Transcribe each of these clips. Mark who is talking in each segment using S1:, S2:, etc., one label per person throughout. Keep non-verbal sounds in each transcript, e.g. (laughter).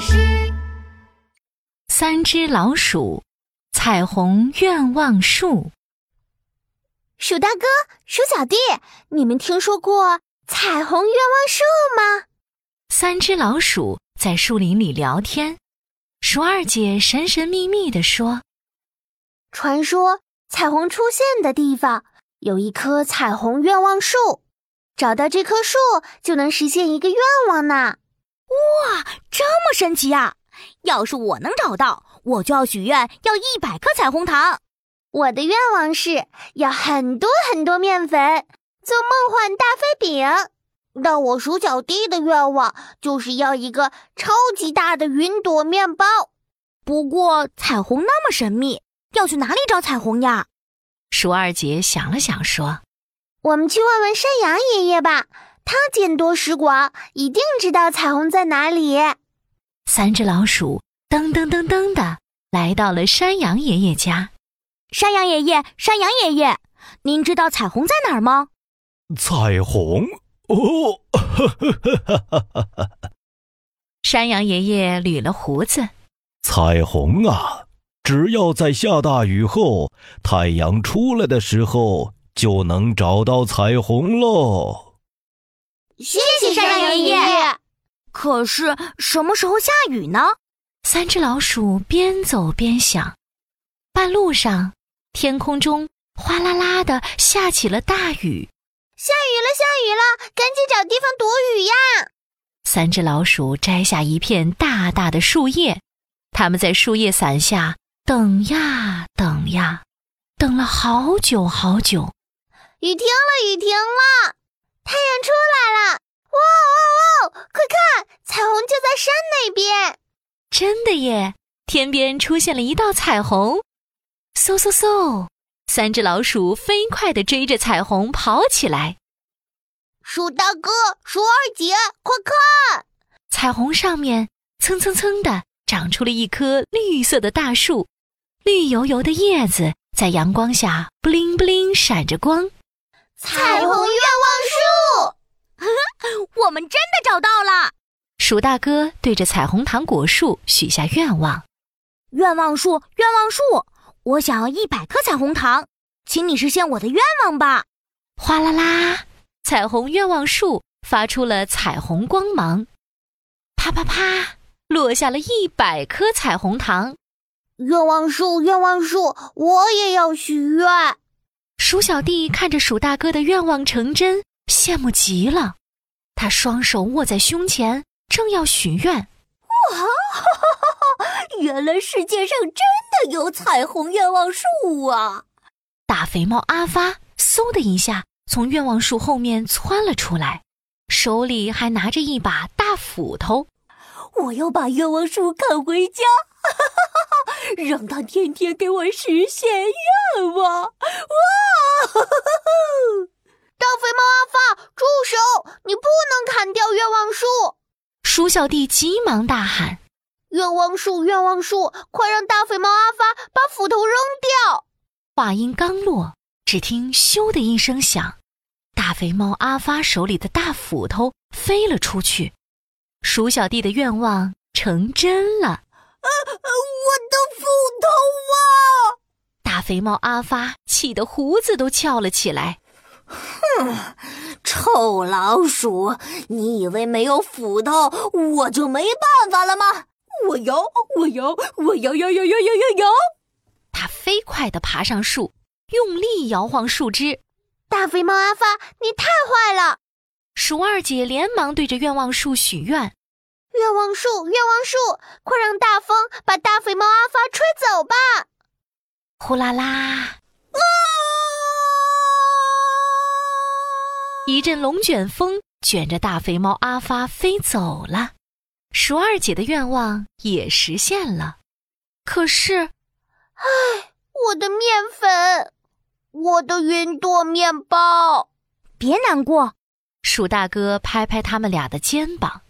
S1: 师。三只老鼠，彩虹愿望树。
S2: 鼠大哥、鼠小弟，你们听说过彩虹愿望树吗？
S1: 三只老鼠在树林里聊天。鼠二姐神神秘秘地说
S2: 传说彩虹出现的地方有一棵彩虹愿望树，找到这棵树就能实现一个愿望呢。
S3: 这么神奇啊！要是我能找到，我就要许愿要一百颗彩虹糖。
S2: 我的愿望是要很多很多面粉，做梦幻大飞饼。但我鼠小弟的愿望就是要一个超级大的云朵面包。
S3: 不过彩虹那么神秘，要去哪里找彩虹呀？：“
S1: 鼠二姐想了想说，
S2: 我们去问问山羊爷爷吧，他见多识广，一定知道彩虹在哪里。
S1: 三只老鼠噔噔噔噔的来到了山羊爷爷家。
S3: 山羊爷爷，山羊爷爷，您知道彩虹在哪儿吗？
S4: 彩虹哦， (laughs)
S1: 山羊爷爷捋了胡子，
S4: 彩虹啊！只要在下大雨后，太阳出来的时候，就能找到彩虹喽。
S2: 谢
S3: 谢山羊爷爷。可是什么时候下雨呢？
S1: 三只老鼠边走边想。半路上，天空中哗啦啦的下起了大雨。
S2: 下雨了，下雨了，赶紧找地方躲雨呀！
S1: 三只老鼠摘下一片大大的树叶，它们在树叶伞下等呀等呀，等了好久好久。
S2: 雨停了，雨停了，太阳出来了！哇哦哇哦，快看，彩虹就在山那边。
S1: 真的耶！天边出现了一道彩虹，嗖嗖嗖！三只老鼠飞快地追着彩虹跑起来。
S2: 鼠大哥、鼠二姐，快看！
S1: 彩虹上面蹭蹭蹭地长出了一棵绿色的大树，绿油油的叶子在阳光下布灵布灵闪着光。
S2: 彩虹愿望树，
S3: 我们真的找到了！
S1: 鼠大哥对着彩虹糖果树许下愿望。
S3: 愿望树，愿望树，我想要一百颗彩虹糖，请你实现我的愿望吧！
S1: 哗啦啦，彩虹愿望树发出了彩虹光芒，啪啪啪，落下了一百颗彩虹糖。
S2: 愿望树，愿望树，我也要许愿。
S1: 鼠小弟看着鼠大哥的愿望成真，羡慕极了。他双手握在胸前，正要许愿，
S3: 原来世界上真的有彩虹愿望树啊！
S1: 大肥猫阿发嗖的一下从愿望树后面窜了出来，手里还拿着一把大斧头。
S3: 我要把愿望树砍回家，让它天天给我实现愿望！哇！
S2: 大肥猫阿发，住手！你不能砍掉愿望树！
S1: 鼠小弟急忙大喊。
S2: 愿望树，愿望树，快让大肥猫阿发把斧头扔掉！
S1: 话音刚落，只听“咻”的一声响，大肥猫阿发手里的大斧头飞了出去。鼠小弟的愿望成真了。
S3: 呃我的斧头啊！
S1: 大肥猫阿发气得胡子都翘了起来。
S3: 臭老鼠，你以为没有斧头我就没办法了吗？我摇，我摇，我摇摇摇摇摇摇摇！
S1: 他飞快地爬上树，用力摇晃树枝。
S2: 大肥猫阿发，你太坏了！
S1: 鼠二姐连忙对着愿望树许愿。
S2: 愿望树，愿望树，快让大风把大肥猫阿发吹走吧！
S1: 呼啦啦，一阵龙卷风卷着大肥猫阿发飞走了。鼠二姐的愿望也实现了，可是
S2: 我的面粉，我的云朵面包。
S3: 别难过，
S1: 鼠大哥拍拍他们俩的肩膀。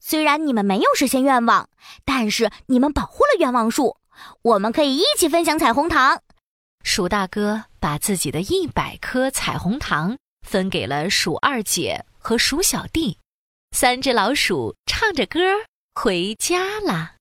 S3: 虽然你们没有实现愿望，但是你们保护了愿望树，我们可以一起分享彩虹糖。
S1: 鼠大哥把自己的一百颗彩虹糖分给了鼠二姐和鼠小弟，三只老鼠唱着歌儿回家啦。